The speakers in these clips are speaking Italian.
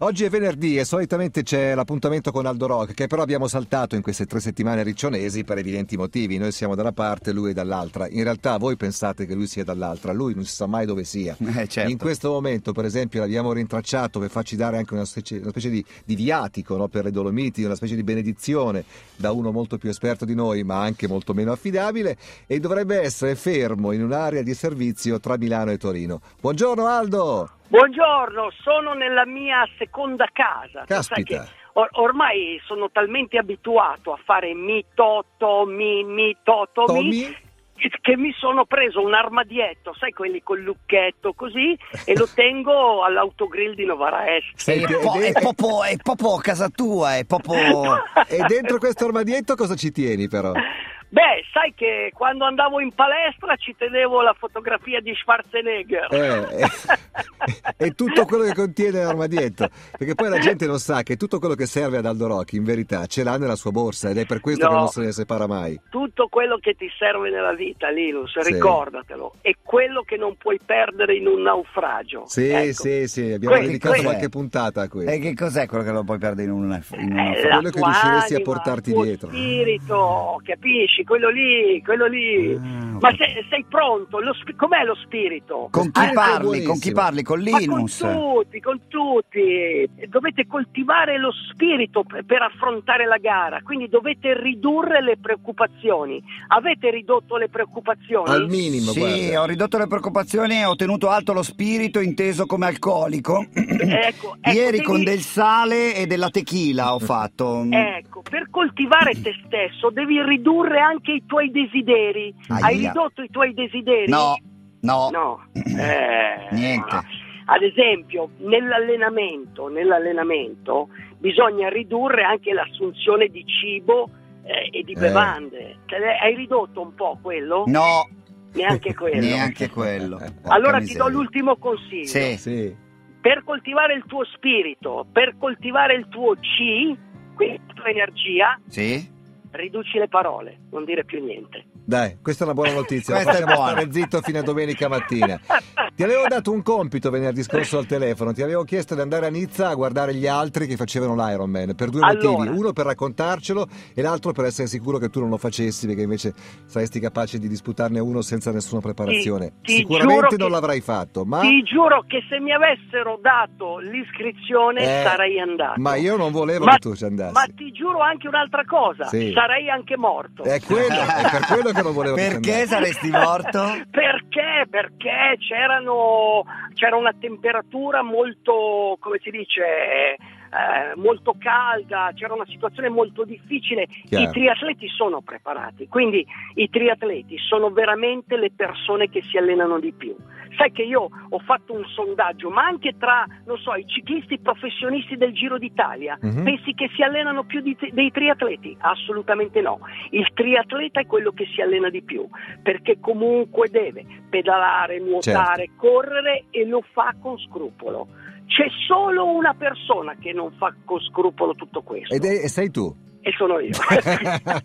Oggi è venerdì e solitamente c'è l'appuntamento con Aldo Rock, che però abbiamo saltato in queste tre settimane riccionesi per evidenti motivi. Noi siamo da una parte, lui è dall'altra. In realtà voi pensate che lui sia dall'altra, lui non si sa mai dove sia. Eh, certo. In questo momento, per esempio, l'abbiamo rintracciato per farci dare anche una specie, una specie di, di viatico no, per le Dolomiti, una specie di benedizione da uno molto più esperto di noi, ma anche molto meno affidabile, e dovrebbe essere fermo in un'area di servizio tra Milano e Torino. Buongiorno Aldo! Buongiorno, sono nella mia seconda casa. Tu sai Caspita. che or- ormai sono talmente abituato a fare mi toto, mi, mi toto, mi, Tommy? che- che mi sono preso un armadietto, sai quelli col lucchetto così, e lo tengo all'autogrill di Novara Est. Senti, è, po- ed, è è- popo, è popo casa tua, è popo... e dentro questo armadietto cosa ci tieni però? Beh, sai che quando andavo in palestra ci tenevo la fotografia di Schwarzenegger. Eh, eh, e tutto quello che contiene l'armadietto. Perché poi la gente non sa che tutto quello che serve ad Aldo Rock in verità ce l'ha nella sua borsa ed è per questo No. che non se ne separa mai. tutto quello che ti serve nella vita, Linus, Sì. ricordatelo, è quello che non puoi perdere in un naufragio. Sì, Ecco. sì, sì, abbiamo Quello- dedicato quello è- qualche puntata a questo. E Eh, che cos'è quello che lo puoi perdere in una... In una Eh, fra- la Mm, quello che tua riusciresti a anima, portarti il tuo dietro. spirito, capisci? Quello lì, quello lì. Eh, Ah, Ma ok. se- sei pronto? Lo spi- com'è lo spirito? Con chi Anche parli? buonissimo. Con chi parli? Con Ma Linus? con tutti, con tutti. Dovete coltivare lo spirito per per affrontare la gara, quindi dovete ridurre le preoccupazioni. Avete ridotto le preoccupazioni? Al minimo, sì, guarda. ho ridotto le preoccupazioni e ho tenuto alto lo spirito inteso come alcolico. Ecco, ecco, Ieri devi- con del sale e della tequila ho fatto. Ecco, per coltivare te stesso devi ridurre anche i tuoi desideri. Mm, Aia. Hai ridotto i tuoi desideri? No, no. No. Eh, Oh. Niente. Ad esempio, nell'allenamento, nell'allenamento bisogna ridurre anche l'assunzione di cibo eh, e di Eh. bevande. Te ne- Hai ridotto un po' quello? No, Neanche quello. neanche quello. Eh, Porca Allora ti miseria. do l'ultimo consiglio. Sì. Sì. Per coltivare il tuo spirito, per coltivare il tuo chi, quindi la tua energia, Sì? riduci le parole, non dire più niente. Dai, questa è una buona notizia, la Questa è facciamo buona. stare zitto fino a domenica mattina. Ti avevo dato un compito venerdì scorso al telefono, ti avevo chiesto di andare a Nizza a guardare gli altri che facevano l'Iron Man per due Allora. motivi, uno per raccontarcelo e l'altro per essere sicuro che tu non lo facessi perché invece saresti capace di disputarne uno senza nessuna preparazione. Ti- ti giuro Sicuramente che- non l'avrai fatto, ma... Ti giuro che se mi avessero dato l'iscrizione Eh, sarei andato. Ma io non volevo Ma- che tu ci andassi. Ma ti giuro anche un'altra cosa, Sì. sarei anche morto. È quello, è per quello che non volevo che tu Perché andassi. saresti morto? Perché? Perché c'erano, c'era una temperatura molto, come si dice, eh, molto calda, c'era una situazione molto difficile. Chiaro. I triatleti sono preparati, quindi i triatleti sono veramente le persone che si allenano di più. Sai che io ho fatto un sondaggio, ma anche tra, non so, i ciclisti professionisti del Giro d'Italia. Mhm. Pensi che si allenano più di- dei triatleti? Assolutamente no. Il triatleta è quello che si allena di più, perché comunque deve pedalare, nuotare, Certo. correre e lo fa con scrupolo. C'è solo una persona che non fa con scrupolo tutto questo Ed è- e sei tu. e sono io.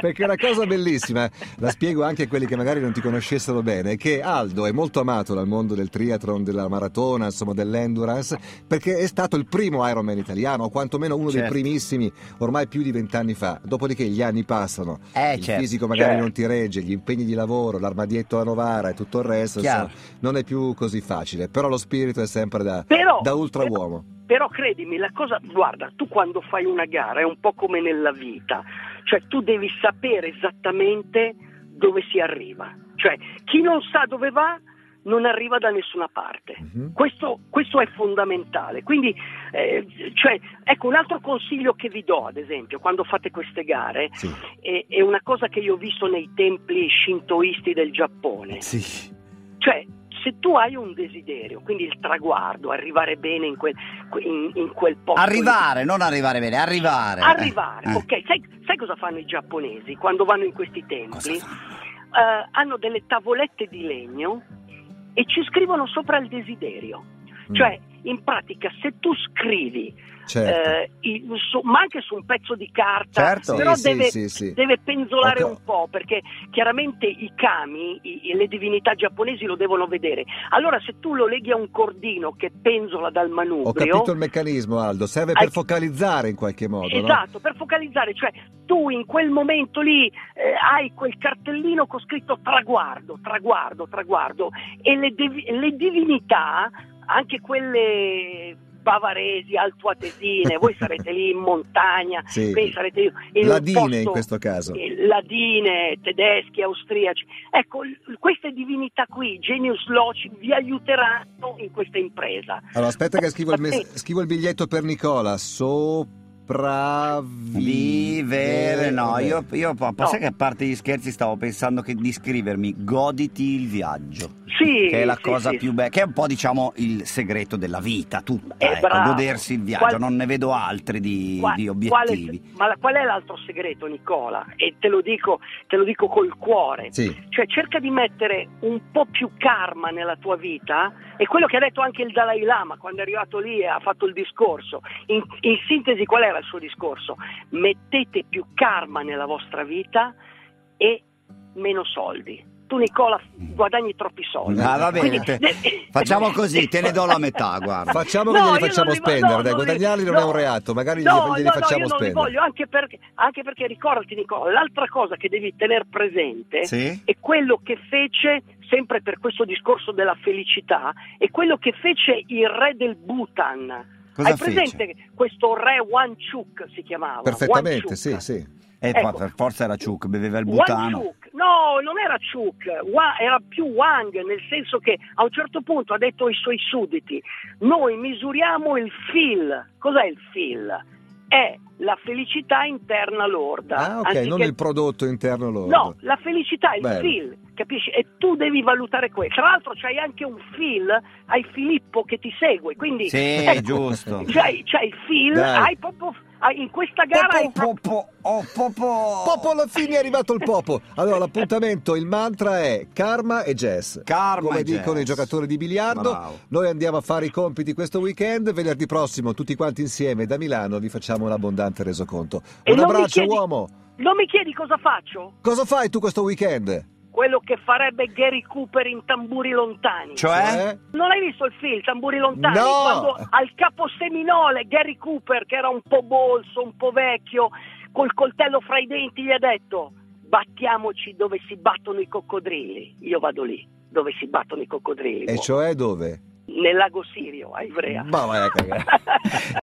Perché la cosa bellissima, la spiego anche a quelli che magari non ti conoscessero bene, è che Aldo è molto amato dal mondo del triathlon, della maratona, insomma dell'endurance, perché è stato il primo Ironman italiano, o quantomeno uno Certo. dei primissimi, ormai più di vent'anni fa. Dopodiché gli anni passano, Eh, il certo. fisico magari Certo. non ti regge, gli impegni di lavoro, l'armadietto a Novara e tutto il resto, Chiaro. insomma, non è più così facile, però lo spirito è sempre da, Però, da ultra però- uomo. Però credimi, la cosa, guarda, tu quando fai una gara è un po' come nella vita, cioè tu devi sapere esattamente dove si arriva, cioè chi non sa dove va non arriva da nessuna parte. Mhm. Questo, questo è fondamentale, quindi eh, cioè, ecco un altro consiglio che vi do ad esempio quando fate queste gare Sì. è, è una cosa che io ho visto nei templi shintoisti del Giappone, Sì. cioè, se tu hai un desiderio, quindi il traguardo, arrivare bene in quel, in, in quel posto. Arrivare, non arrivare bene, arrivare. Arrivare, Eh, eh. ok. Sai, sai cosa fanno i giapponesi quando vanno in questi Cosa templi? fanno? Eh, hanno delle tavolette di legno e ci scrivono sopra il desiderio. Mm. Cioè, in pratica se tu scrivi, Certo. eh, il- su- ma anche su un pezzo di carta, Certo. però Sì, sì, deve, sì, sì. deve penzolare Ho ca- un po' perché chiaramente i kami, i- le divinità giapponesi lo devono vedere. Allora se tu lo leghi a un cordino che penzola dal manubrio, Ho capito il meccanismo, Aldo. Serve Hai- per focalizzare in qualche modo, no? Esatto, per focalizzare, cioè tu in quel momento lì eh, hai quel cartellino con scritto traguardo, traguardo, traguardo e le, div- le divinità, anche quelle bavaresi, altoatesine, voi sarete lì in montagna, Sì. voi sarete lì in un Ladine in posto- questo caso. eh, ladine, tedeschi, austriaci. Ecco, l- queste divinità qui, Genius Loci, vi aiuteranno in questa impresa. Allora, aspetta che scrivo il, mes- Sì. scrivo il biglietto per Nicola. Sopravvivere. Vivere, no, io, io po- No. sai che a parte gli scherzi stavo pensando che di scrivermi goditi il viaggio, Sì, che è la sì, cosa sì. più bella, che è un po' diciamo il segreto della vita tutta, Eh, ecco, bravo. godersi il viaggio, Qual- non ne vedo altri di, Qua- di quale- obiettivi. ma la- qual è l'altro segreto, Nicola? E te lo dico, te lo dico col cuore. Sì. Cioè, cerca di mettere un po' più karma nella tua vita. E quello che ha detto anche il Dalai Lama quando è arrivato lì e ha fatto il discorso. In, in sintesi, qual era il suo discorso? Mettete più karma nella vostra vita e meno soldi. Tu, Nicola, guadagni troppi soldi. Mm. Ah, va bene, Quindi- te- facciamo così, te ne do la metà, guarda. Facciamo che No, glieli io facciamo non li vo- spendere, no, dai, non li- guadagnarli non no. è un reato, magari No, glieli, glieli no, no, facciamo io non li spendere. voglio, anche perché, anche perché ricordati Nicola, l'altra cosa che devi tenere presente Sì? è quello che fece, sempre per questo discorso della felicità, è quello che fece il re del Bhutan. Cosa Hai fece? presente questo re Wanchuk si chiamava? Perfettamente, Wangchuck. sì, sì. Eh, Ecco. fa- per forza era Ciuc, beveva il butano. Wangchuck. No, non era Chuk, Wa- era più Wang, nel senso che a un certo punto ha detto ai suoi sudditi, noi misuriamo il fil. Cos'è il fil? È la felicità interna lorda. Ah, ok, anziché- non il prodotto interno loro. No, la felicità, il Bello. fil, capisci? E tu devi valutare questo. Tra l'altro c'hai anche un fil, hai Filippo che ti segue, quindi... Sì, ecco, giusto. C'hai, c'hai il fil, Dai. hai proprio... hai- In questa gara hai proprio... Popo, oh, popo. Popo alla fine è arrivato il popo. Allora l'appuntamento, il mantra è karma e jazz. Karma Come e dicono jazz. i giocatori di biliardo. Bravo. Noi andiamo a fare i compiti questo weekend, venerdì prossimo tutti quanti insieme da Milano vi facciamo un abbondante resoconto. E Un non mi abbraccio chiedi- uomo. Non mi chiedi cosa faccio? Cosa fai tu questo weekend? quello che farebbe Gary Cooper in Tamburi Lontani. Cioè? Eh? non hai visto il film Tamburi Lontani? No! Quando al caposeminole Gary Cooper, che era un po' bolso, un po' vecchio, col coltello fra i denti, gli ha detto battiamoci dove si battono i coccodrilli. Io vado lì, dove si battono i coccodrilli. E uomo. cioè dove? Nel lago Sirio, a Ivrea. Ma vai a cagare.